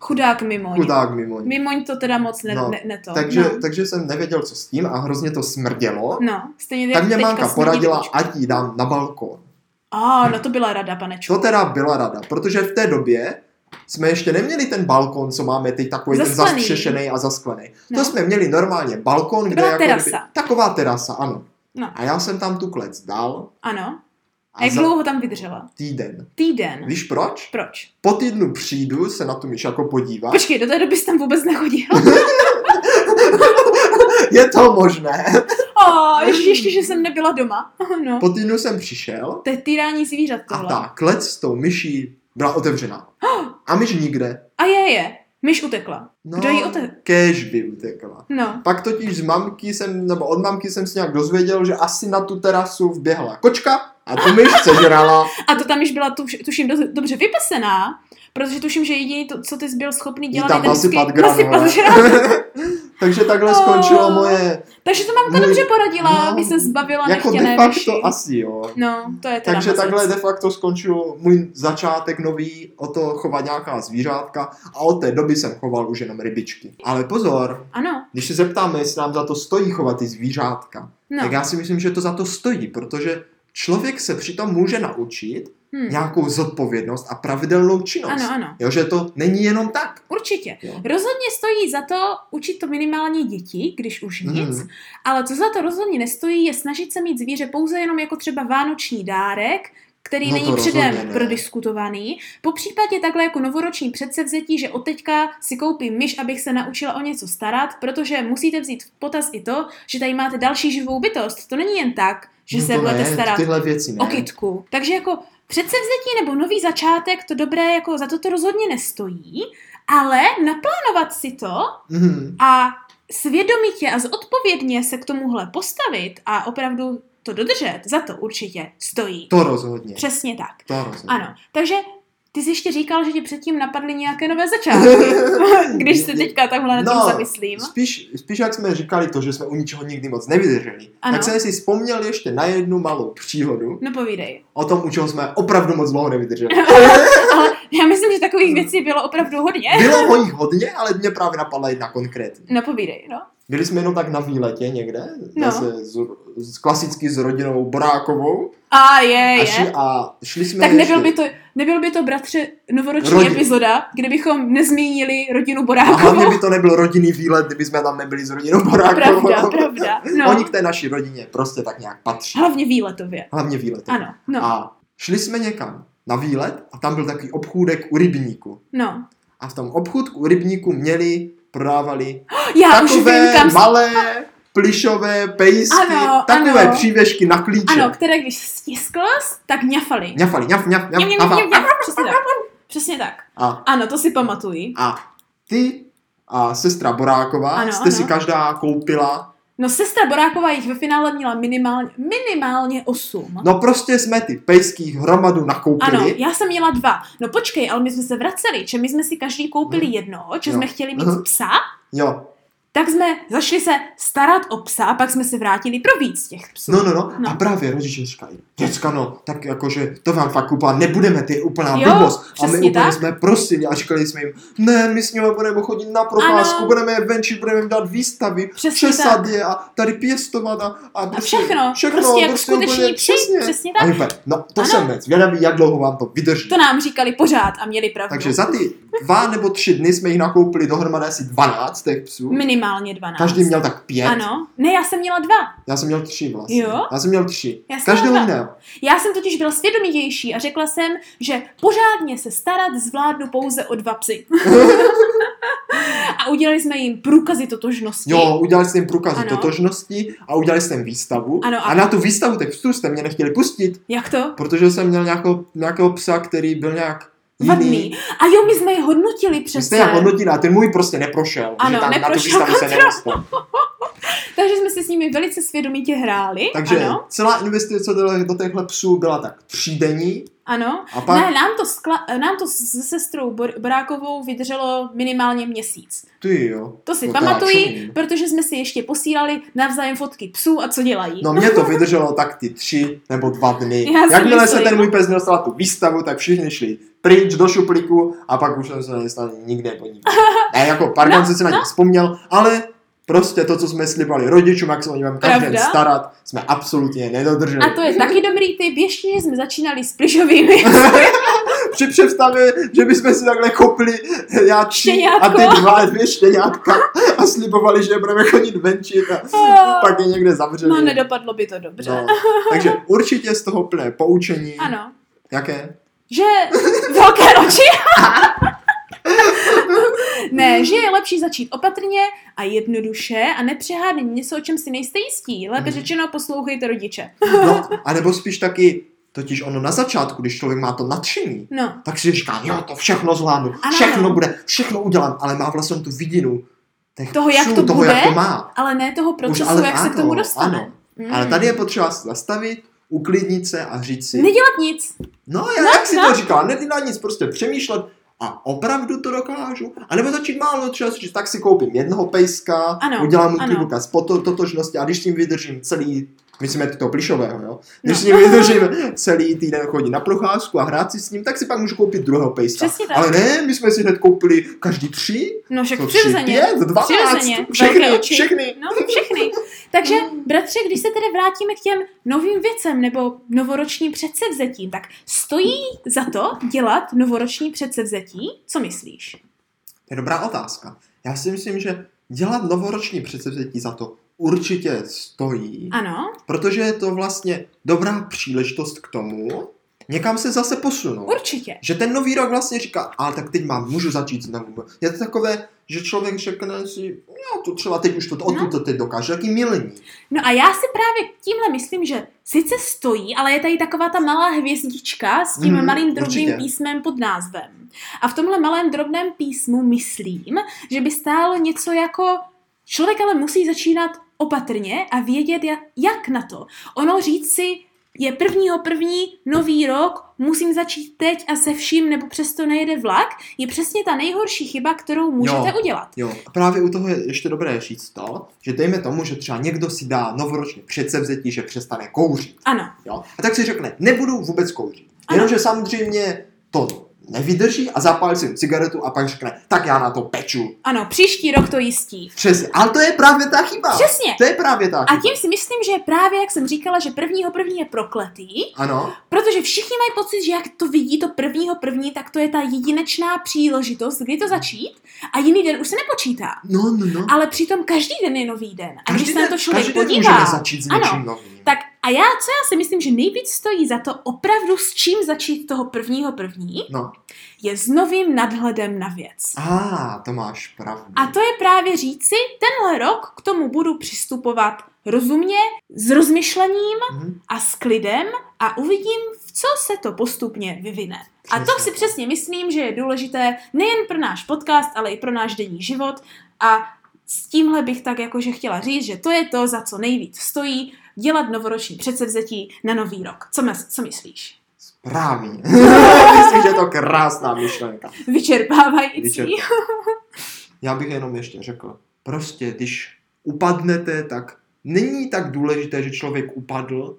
Speaker 2: Chudák Mimoň.
Speaker 1: Chudák Mimoň.
Speaker 2: Mimoň to teda moc ne,
Speaker 1: No,
Speaker 2: ne, ne to.
Speaker 1: Takže,
Speaker 2: no.
Speaker 1: takže jsem nevěděl, co s tím a hrozně to smrdělo.
Speaker 2: no, stejně
Speaker 1: Tak mě
Speaker 2: teďka
Speaker 1: mámka
Speaker 2: smrdí
Speaker 1: poradila,
Speaker 2: kočku.
Speaker 1: ať ji dám na balkon.
Speaker 2: A, no to byla rada, panečku.
Speaker 1: To teda byla rada, protože v té době jsme ještě neměli ten balkon, co máme teď takový
Speaker 2: Zasklený.
Speaker 1: ten zastřešený a zasklený.
Speaker 2: No.
Speaker 1: To jsme měli normálně balkon, kde
Speaker 2: byla
Speaker 1: jako kdyby-
Speaker 2: terasa.
Speaker 1: taková terasa, ano.
Speaker 2: No.
Speaker 1: A já jsem tam tu klec dal
Speaker 2: Ano. A
Speaker 1: a
Speaker 2: jak
Speaker 1: za
Speaker 2: dlouho tam vydržela?
Speaker 1: týden.
Speaker 2: Týden.
Speaker 1: Víš proč?
Speaker 2: Proč?
Speaker 1: Po týdnu přijdu se na tu myš jako podívat.
Speaker 2: Počkej, do té doby jsi tam vůbec nechodil.
Speaker 1: Je to možné.
Speaker 2: A ještě, ještě, že jsem nebyla doma. No.
Speaker 1: Po týdnu jsem přišel
Speaker 2: To je týrání zvířat
Speaker 1: a
Speaker 2: tohle.
Speaker 1: ta klec s tou myší byla otevřená. A myš nikde.
Speaker 2: A je, je. Myš utekla.
Speaker 1: No,
Speaker 2: Kdo jí ote...
Speaker 1: Kéž by utekla.
Speaker 2: No.
Speaker 1: Pak totiž z mamky jsem, nebo od mamky jsem se nějak dozvěděl, že asi na tu terasu vběhla kočka a tu myš sežrala.
Speaker 2: A to tam již byla, tuš, tuším, do, dobře vypesená, protože tuším, že jediný, to, co ty jsi byl schopný
Speaker 1: Jí
Speaker 2: dělat,
Speaker 1: tam
Speaker 2: je ten
Speaker 1: nasypat
Speaker 2: vždycky-
Speaker 1: granule.
Speaker 2: žrádlo.
Speaker 1: Takže takhle
Speaker 2: Oh.
Speaker 1: skončilo moje,
Speaker 2: Takže to mamka
Speaker 1: Můj-
Speaker 2: dobře poradila,
Speaker 1: no,
Speaker 2: aby se zbavila
Speaker 1: jako de
Speaker 2: nechtěné myši.
Speaker 1: facto asi jo.
Speaker 2: No, to je teda
Speaker 1: Takže
Speaker 2: mazec.
Speaker 1: takhle de facto skončil můj začátek nový o to chovat nějaká zvířátka a od té doby jsem choval už jenom rybičky. Ale pozor,
Speaker 2: Ano,
Speaker 1: když se zeptáme, jestli nám za to stojí chovat ty zvířátka,
Speaker 2: no.
Speaker 1: tak já si myslím, že to za to stojí, protože člověk se přitom může naučit
Speaker 2: Hmm.
Speaker 1: nějakou zodpovědnost a pravidelnou činnost.
Speaker 2: Ano, ano.
Speaker 1: Jo, že to není jenom tak.
Speaker 2: Určitě.
Speaker 1: Jo.
Speaker 2: Rozhodně stojí za to učit to minimálně děti, když už
Speaker 1: Mhm.
Speaker 2: nic, ale co za to rozhodně nestojí, je snažit se mít zvíře pouze jenom jako třeba vánoční dárek, který
Speaker 1: No to
Speaker 2: není
Speaker 1: rozhodně
Speaker 2: předem
Speaker 1: ne.
Speaker 2: prodiskutovaný. Po případě takhle jako novoroční předsevzetí, že od teďka si koupím myš, abych se naučila o něco starat, protože musíte vzít v potaz i to, že tady máte další živou bytost. To není jen tak, že
Speaker 1: no
Speaker 2: se
Speaker 1: to
Speaker 2: budete
Speaker 1: ne,
Speaker 2: starat
Speaker 1: Tyhle věci ne.
Speaker 2: o kytku. Takže jako předsevzetí nebo nový začátek, to dobré, jako za to to rozhodně nestojí, ale naplánovat si to
Speaker 1: Mhm.
Speaker 2: a svědomitě a zodpovědně se k tomuhle postavit a opravdu to dodržet, za to určitě stojí.
Speaker 1: To rozhodně.
Speaker 2: Přesně tak.
Speaker 1: To rozhodně.
Speaker 2: Ano. Takže ty jsi ještě říkal, že ti předtím napadly nějaké nové začátky, když se teďka takhle na
Speaker 1: No,
Speaker 2: tom zamyslím.
Speaker 1: Spíš, spíš jak jsme říkali to, že jsme u ničeho nikdy moc nevydrželi,
Speaker 2: Ano.
Speaker 1: tak jsem si vzpomněl ještě na jednu malou příhodu
Speaker 2: No povídej.
Speaker 1: o tom, u čeho jsme opravdu moc dlouho nevydrželi.
Speaker 2: Ale já myslím, že takových věcí bylo opravdu hodně.
Speaker 1: Bylo ho jich hodně, ale mě právě napadla jedna konkrétní.
Speaker 2: No povídej, no.
Speaker 1: Byli jsme jenom tak na výletě někde,
Speaker 2: No.
Speaker 1: zase z, z, klasicky s rodinou Borákovou
Speaker 2: A je,
Speaker 1: a,
Speaker 2: je.
Speaker 1: šli, a šli jsme
Speaker 2: Tak nebyl
Speaker 1: No ještě-
Speaker 2: by, to, nebyl by to, bratře, novoroční
Speaker 1: Rodin-
Speaker 2: epizoda, kdybychom nezmínili rodinu
Speaker 1: A hlavně
Speaker 2: Borákovou.
Speaker 1: by to nebyl rodinný výlet, kdyby jsme tam nebyli s rodinou Borákovou.
Speaker 2: Pravda, pravda.
Speaker 1: No. Oni
Speaker 2: No.
Speaker 1: k té naší rodině prostě tak nějak patří.
Speaker 2: Hlavně výletově.
Speaker 1: Hlavně výlet.
Speaker 2: Ano, no,
Speaker 1: A šli jsme někam na výlet a tam byl takový obchůdek u rybníku.
Speaker 2: no.
Speaker 1: A v tom obchůdku u rybníku měli, prodávali
Speaker 2: Já už vím,
Speaker 1: takové
Speaker 2: kam... s-
Speaker 1: malé plišové pejsky,
Speaker 2: Ano,
Speaker 1: takové
Speaker 2: ano.
Speaker 1: přívěšky na klíče.
Speaker 2: Ano, které když stiskl, tak ňafali.
Speaker 1: Ňafali, ňaf, ňaf, ňaf,
Speaker 2: Ňam, ňam,
Speaker 1: ňaf,
Speaker 2: ňam, ňam, Přesně tak. Přesně tak.
Speaker 1: A,
Speaker 2: Ano, to si pamatuji.
Speaker 1: a ty a sestra Boráková
Speaker 2: Ano,
Speaker 1: jste si
Speaker 2: ano.
Speaker 1: každá koupila.
Speaker 2: No sestra Boráková jich ve finále měla minimálně, minimálně osm.
Speaker 1: No prostě jsme ty pejských hromadu nakoupili.
Speaker 2: Ano, já jsem měla dva. No počkej, ale my jsme se vraceli, že my jsme si každý koupili
Speaker 1: Mhm.
Speaker 2: jednoho, že
Speaker 1: Jo.
Speaker 2: jsme chtěli mít
Speaker 1: Mhm.
Speaker 2: psa
Speaker 1: Jo,
Speaker 2: Tak jsme začali se starat o psa a pak jsme se vrátili pro víc těch psů.
Speaker 1: no, no, no,
Speaker 2: No.
Speaker 1: A právě rodiče říkají, děcka, no, tak jakože to vám fakt kupá, nebudeme, ty je úplná
Speaker 2: Jo,
Speaker 1: blbost. A my
Speaker 2: přesně
Speaker 1: úplně
Speaker 2: tak.
Speaker 1: jsme prosili a říkali jsme jim, ne, my s nimi budeme chodit na procházku,
Speaker 2: Ano.
Speaker 1: budeme je venčit, budeme jim dát výstavy,
Speaker 2: Přesně
Speaker 1: přesad je a tady pěstovat a, a,
Speaker 2: A
Speaker 1: prostě
Speaker 2: všechno, všechno prostě jak skuteční
Speaker 1: úplně
Speaker 2: psi, přesně. přesně
Speaker 1: A
Speaker 2: tak.
Speaker 1: my úplně, no, to
Speaker 2: Ano.
Speaker 1: jsem moc zvědavý, jak dlouho vám to vydrží.
Speaker 2: To nám říkali pořád a měli pravdu.
Speaker 1: Takže za ty dva nebo tři dny jsme jich nakoupili dohromady asi 12 těch psů.
Speaker 2: Minimálně 12.
Speaker 1: Každý měl tak pět,
Speaker 2: Ano, ne, já jsem měla dva.
Speaker 1: já jsem měl tři vlastně.
Speaker 2: Jo?
Speaker 1: Já jsem měl tři.
Speaker 2: Já jsem
Speaker 1: Každého
Speaker 2: měla dva.
Speaker 1: jiného.
Speaker 2: Já jsem totiž byla svědomitější a řekla jsem, že pořádně se starat zvládnu pouze o dva psy. a udělali jsme jim průkazy totožnosti.
Speaker 1: Jo, udělali jste jim průkaz
Speaker 2: Ano.
Speaker 1: totožnosti a udělali jste jim výstavu.
Speaker 2: Ano,
Speaker 1: a...
Speaker 2: a-
Speaker 1: na tu výstavu těch psů jste mě nechtěli pustit,
Speaker 2: Jak to?
Speaker 1: protože jsem měl nějakou, nějakého psa, který byl nějak jiný.
Speaker 2: Vadný. A jo, my jsme je hodnotili přece.
Speaker 1: Vy jste jak hodnotili a ten můj prostě neprošel.
Speaker 2: Ano,
Speaker 1: že tam na tu
Speaker 2: neprošel
Speaker 1: výstavu se nedostal.
Speaker 2: Takže jsme se s nimi velice svědomitě hráli.
Speaker 1: Takže
Speaker 2: Ano.
Speaker 1: celá investice do, do těchto psů byla tak třídenní
Speaker 2: Ano,
Speaker 1: a pak
Speaker 2: ne, nám to, skla- nám to se sestrou Bor- Borákovou vydrželo minimálně měsíc.
Speaker 1: ty jo.
Speaker 2: To si
Speaker 1: No to já
Speaker 2: pamatuji,
Speaker 1: čumím.
Speaker 2: protože jsme si ještě posílali navzájem fotky psů a co dělají.
Speaker 1: No mě to vydrželo tak ty tři nebo dva dny.
Speaker 2: Já si
Speaker 1: Jakmile se
Speaker 2: myslím.
Speaker 1: ten můj pes dostal na tu výstavu, tak všichni šli pryč do šuplíku a pak už jsem se nedostal nikde po ní. Ne, jako pardon,
Speaker 2: No,
Speaker 1: jsem si na ně vzpomněl, ale Prostě to, co jsme slibali rodičům, jak se o ně mám každý den
Speaker 2: Pravda?
Speaker 1: starat, jsme absolutně nedodrželi.
Speaker 2: A to je taky dobrý typ, ještě jsme začínali s pližovými.
Speaker 1: Při představě, že bychom si takhle kopli já tři a
Speaker 2: Štěňátko.
Speaker 1: ty dva, dvě štěňátka a slibovali, že je budeme chodit venčit a pak je někde zavřeli.
Speaker 2: No, nedopadlo by to dobře.
Speaker 1: No, takže určitě z toho plné poučení.
Speaker 2: Ano.
Speaker 1: Jaké?
Speaker 2: Že velké oči. ne, že je lepší začít opatrně a jednoduše a nepřehádně něco, o čem si nejste jistí. Lépe
Speaker 1: Mhm.
Speaker 2: řečeno, poslouchejte rodiče.
Speaker 1: No, a nebo spíš taky, totiž ono na začátku, když člověk má to nadšení,
Speaker 2: No,
Speaker 1: tak si říká, jo, to všechno zvládnu,
Speaker 2: Ano.
Speaker 1: všechno bude, všechno udělám, ale má vlastně tu vidinu těch
Speaker 2: Toho, jak
Speaker 1: psů,
Speaker 2: to
Speaker 1: toho, jak
Speaker 2: bude.
Speaker 1: to má.
Speaker 2: ale ne toho procesu,
Speaker 1: ale
Speaker 2: jak se k
Speaker 1: ano,
Speaker 2: tomu dostane.
Speaker 1: ano.
Speaker 2: Mm.
Speaker 1: Ale tady je potřeba se zastavit, uklidnit se a říct si,
Speaker 2: Nedělat nic.
Speaker 1: no já, jak si to říkala, nedělat nic, prostě přemýšlet a opravdu to dokážu. A nebo začít málo, třeba si říct, tak si koupím jednoho pejska,
Speaker 2: Ano,
Speaker 1: udělám mu
Speaker 2: ano.
Speaker 1: klidnou z poto- totožnosti a když s tím vydržím celý, myslíme to plišového, jo? Když
Speaker 2: No.
Speaker 1: s ním vydržím celý týden chodit na procházku a hrát si s ním, tak si pak můžu koupit druhého pejska.
Speaker 2: Přesně tak.
Speaker 1: Ale ne, my jsme si hned koupili každý tři,
Speaker 2: No však
Speaker 1: co tři,
Speaker 2: přirozeně.
Speaker 1: pět, dvanáct,
Speaker 2: Přirozeně. Velké
Speaker 1: všechny,
Speaker 2: oči.
Speaker 1: všechny.
Speaker 2: No, všechny. Takže, bratře, když se tedy vrátíme k těm novým věcem nebo novoročním předsevzetím, tak stojí za to dělat novoroční předsevzetí? Co myslíš?
Speaker 1: To je dobrá otázka. Já si myslím, že dělat novoroční předsevzetí za to určitě stojí,
Speaker 2: Ano,
Speaker 1: protože je to vlastně dobrá příležitost k tomu, někam se zase posunout.
Speaker 2: určitě.
Speaker 1: Že ten nový rok vlastně říká, ale tak teď mám, můžu začít znovu. Je to takové, že člověk řekne si, já to třeba teď už
Speaker 2: Mhm.
Speaker 1: to odtud to teď dokážu, jaký milení.
Speaker 2: No a já si právě tímhle myslím, že sice stojí, ale je tady taková ta malá hvězdička s tím
Speaker 1: Mhm,
Speaker 2: malým drobným
Speaker 1: určitě.
Speaker 2: písmem pod názvem. A v tomhle malém drobném písmu myslím, že by stálo něco jako člověk ale musí začínat opatrně a vědět, jak, jak na to. Ono říct si, je prvního první, nový rok, musím začít teď a se vším, nebo přesto nejede vlak, je přesně ta nejhorší chyba, kterou můžete
Speaker 1: Jo.
Speaker 2: udělat.
Speaker 1: Jo. A právě u toho je ještě dobré říct to, že dejme tomu, že třeba někdo si dá novoročně předsevzetí, že přestane kouřit.
Speaker 2: Ano,
Speaker 1: Jo? A tak si řekne, nebudu vůbec kouřit.
Speaker 2: Ano.
Speaker 1: Jenomže samozřejmě to nevydrží a zapálí si cigaretu a pak řekne, tak já na to peču.
Speaker 2: ano, příští rok to jistí.
Speaker 1: Přesně. Ale to je právě ta chyba.
Speaker 2: Přesně.
Speaker 1: To je právě ta
Speaker 2: A
Speaker 1: chyba.
Speaker 2: tím si myslím, že právě, jak jsem říkala, že prvního první je prokletý,
Speaker 1: Ano.
Speaker 2: protože všichni mají pocit, že jak to vidí to prvního první, tak to je ta jedinečná příležitost, kdy to začít a jiný den už se nepočítá.
Speaker 1: No, no, no.
Speaker 2: Ale přitom každý den je nový den. A když se na to člověk
Speaker 1: každý den můžeme
Speaker 2: podívá,
Speaker 1: začít s
Speaker 2: Ano.
Speaker 1: něčím novým.
Speaker 2: tak a já, co já si myslím, že nejvíc stojí za to opravdu s čím začít toho prvního první,
Speaker 1: No,
Speaker 2: je s novým nadhledem na věc.
Speaker 1: a ah, to máš pravdu.
Speaker 2: A to je právě říci, tenhle rok k tomu budu přistupovat rozumně, s rozmyšlením,
Speaker 1: Mhm.
Speaker 2: a s klidem a uvidím, v co se to postupně vyvine. A to
Speaker 1: Přesně.
Speaker 2: si přesně myslím, že je důležité nejen pro náš podcast, ale i pro náš denní život. A s tímhle bych tak jakože chtěla říct, že to je to, za co nejvíc stojí dělat novoroční předsevzetí na nový rok. Co, mes, co myslíš?
Speaker 1: Správně. Myslím, že je to krásná myšlenka.
Speaker 2: Vyčerpávající.
Speaker 1: Vyčerpá- Já bych jenom ještě řekl, prostě když upadnete, tak není tak důležité, že člověk upadl,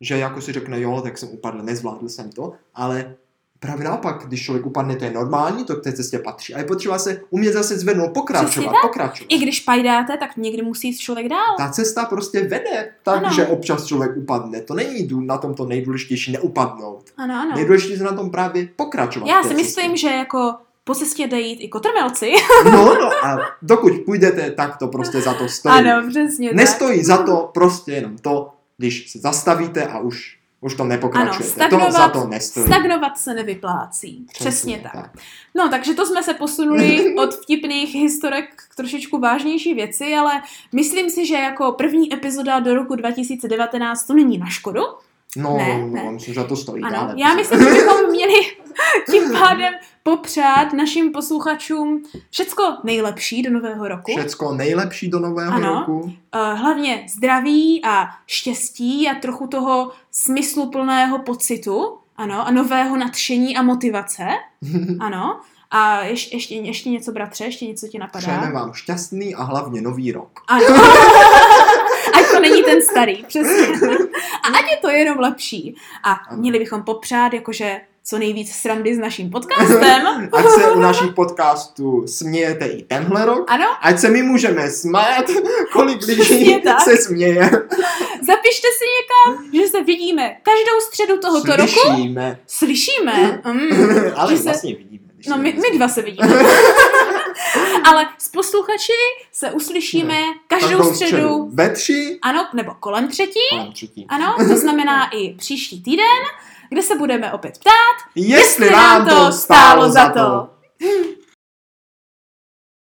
Speaker 1: že jako si řekne, jo, tak jsem upadl, nezvládl jsem to, ale právě naopak, když člověk upadne, to je normální, to k té cestě patří. A je potřeba se umět zase zvednout, pokračovat,
Speaker 2: tak.
Speaker 1: pokračovat.
Speaker 2: I když pajdáte, tak někdy musí jít člověk dál.
Speaker 1: ta cesta prostě vede tak,
Speaker 2: Ano.
Speaker 1: že občas člověk upadne. To není dů- na tom to nejdůležitější neupadnout.
Speaker 2: Ano, ano.
Speaker 1: Nejdůležitější je na tom právě pokračovat.
Speaker 2: Já
Speaker 1: v té
Speaker 2: si
Speaker 1: cestě.
Speaker 2: myslím, že jako po cestě jde jít i kotrmelci.
Speaker 1: No, no a dokud půjdete, tak to prostě za to stojí.
Speaker 2: Ano, přesně tak.
Speaker 1: Nestojí za to prostě jenom to, když se zastavíte a už, už to nepokračujete.
Speaker 2: Ano,
Speaker 1: to za
Speaker 2: stagnovat-
Speaker 1: to nestojí.
Speaker 2: Stagnovat se nevyplácí. Přesně tak. No, takže to jsme se posunuli od vtipných historek k trošičku vážnější věci, ale myslím si, že jako první epizoda do roku 2019 to není na škodu.
Speaker 1: No,
Speaker 2: Ne,
Speaker 1: ne,
Speaker 2: ne.
Speaker 1: no, myslím, že za to stojí.
Speaker 2: Ano,
Speaker 1: dále.
Speaker 2: já myslím, že bychom měli tím pádem popřát našim posluchačům všecko nejlepší do nového roku.
Speaker 1: Všecko nejlepší do nového
Speaker 2: Ano.
Speaker 1: roku.
Speaker 2: Eh, Hlavně zdraví a štěstí a trochu toho smysluplného pocitu, ano, a nového nadšení a motivace, ano. A ješ, ještě, ještě něco, bratře, ještě něco ti napadá?
Speaker 1: Přejeme vám šťastný a hlavně nový rok.
Speaker 2: Ano. Ať to není ten starý, přesně. A ať je to jenom lepší. A
Speaker 1: Ano.
Speaker 2: měli bychom popřát, jakože co nejvíc srandy s naším podcastem.
Speaker 1: Ať se u našich podcastů smějete i tenhle rok.
Speaker 2: Ano.
Speaker 1: Ať se my můžeme smát, kolik
Speaker 2: Přesně
Speaker 1: lidí
Speaker 2: tak.
Speaker 1: se směje.
Speaker 2: Zapište si někam, že se vidíme každou středu tohoto roku.
Speaker 1: Slyšíme.
Speaker 2: Slyšíme. Mm.
Speaker 1: Ale
Speaker 2: Že se-
Speaker 1: vlastně vidíme. když
Speaker 2: No,
Speaker 1: se
Speaker 2: my, my dva se vidíme. Ale s posluchači se uslyšíme každou středu.
Speaker 1: Ve tři,
Speaker 2: Ano, nebo kolem třetí.
Speaker 1: kolem třetí.
Speaker 2: Ano, to znamená i příští týden, kde se budeme opět ptát,
Speaker 1: Jestli vám to stálo za to.
Speaker 2: Hm.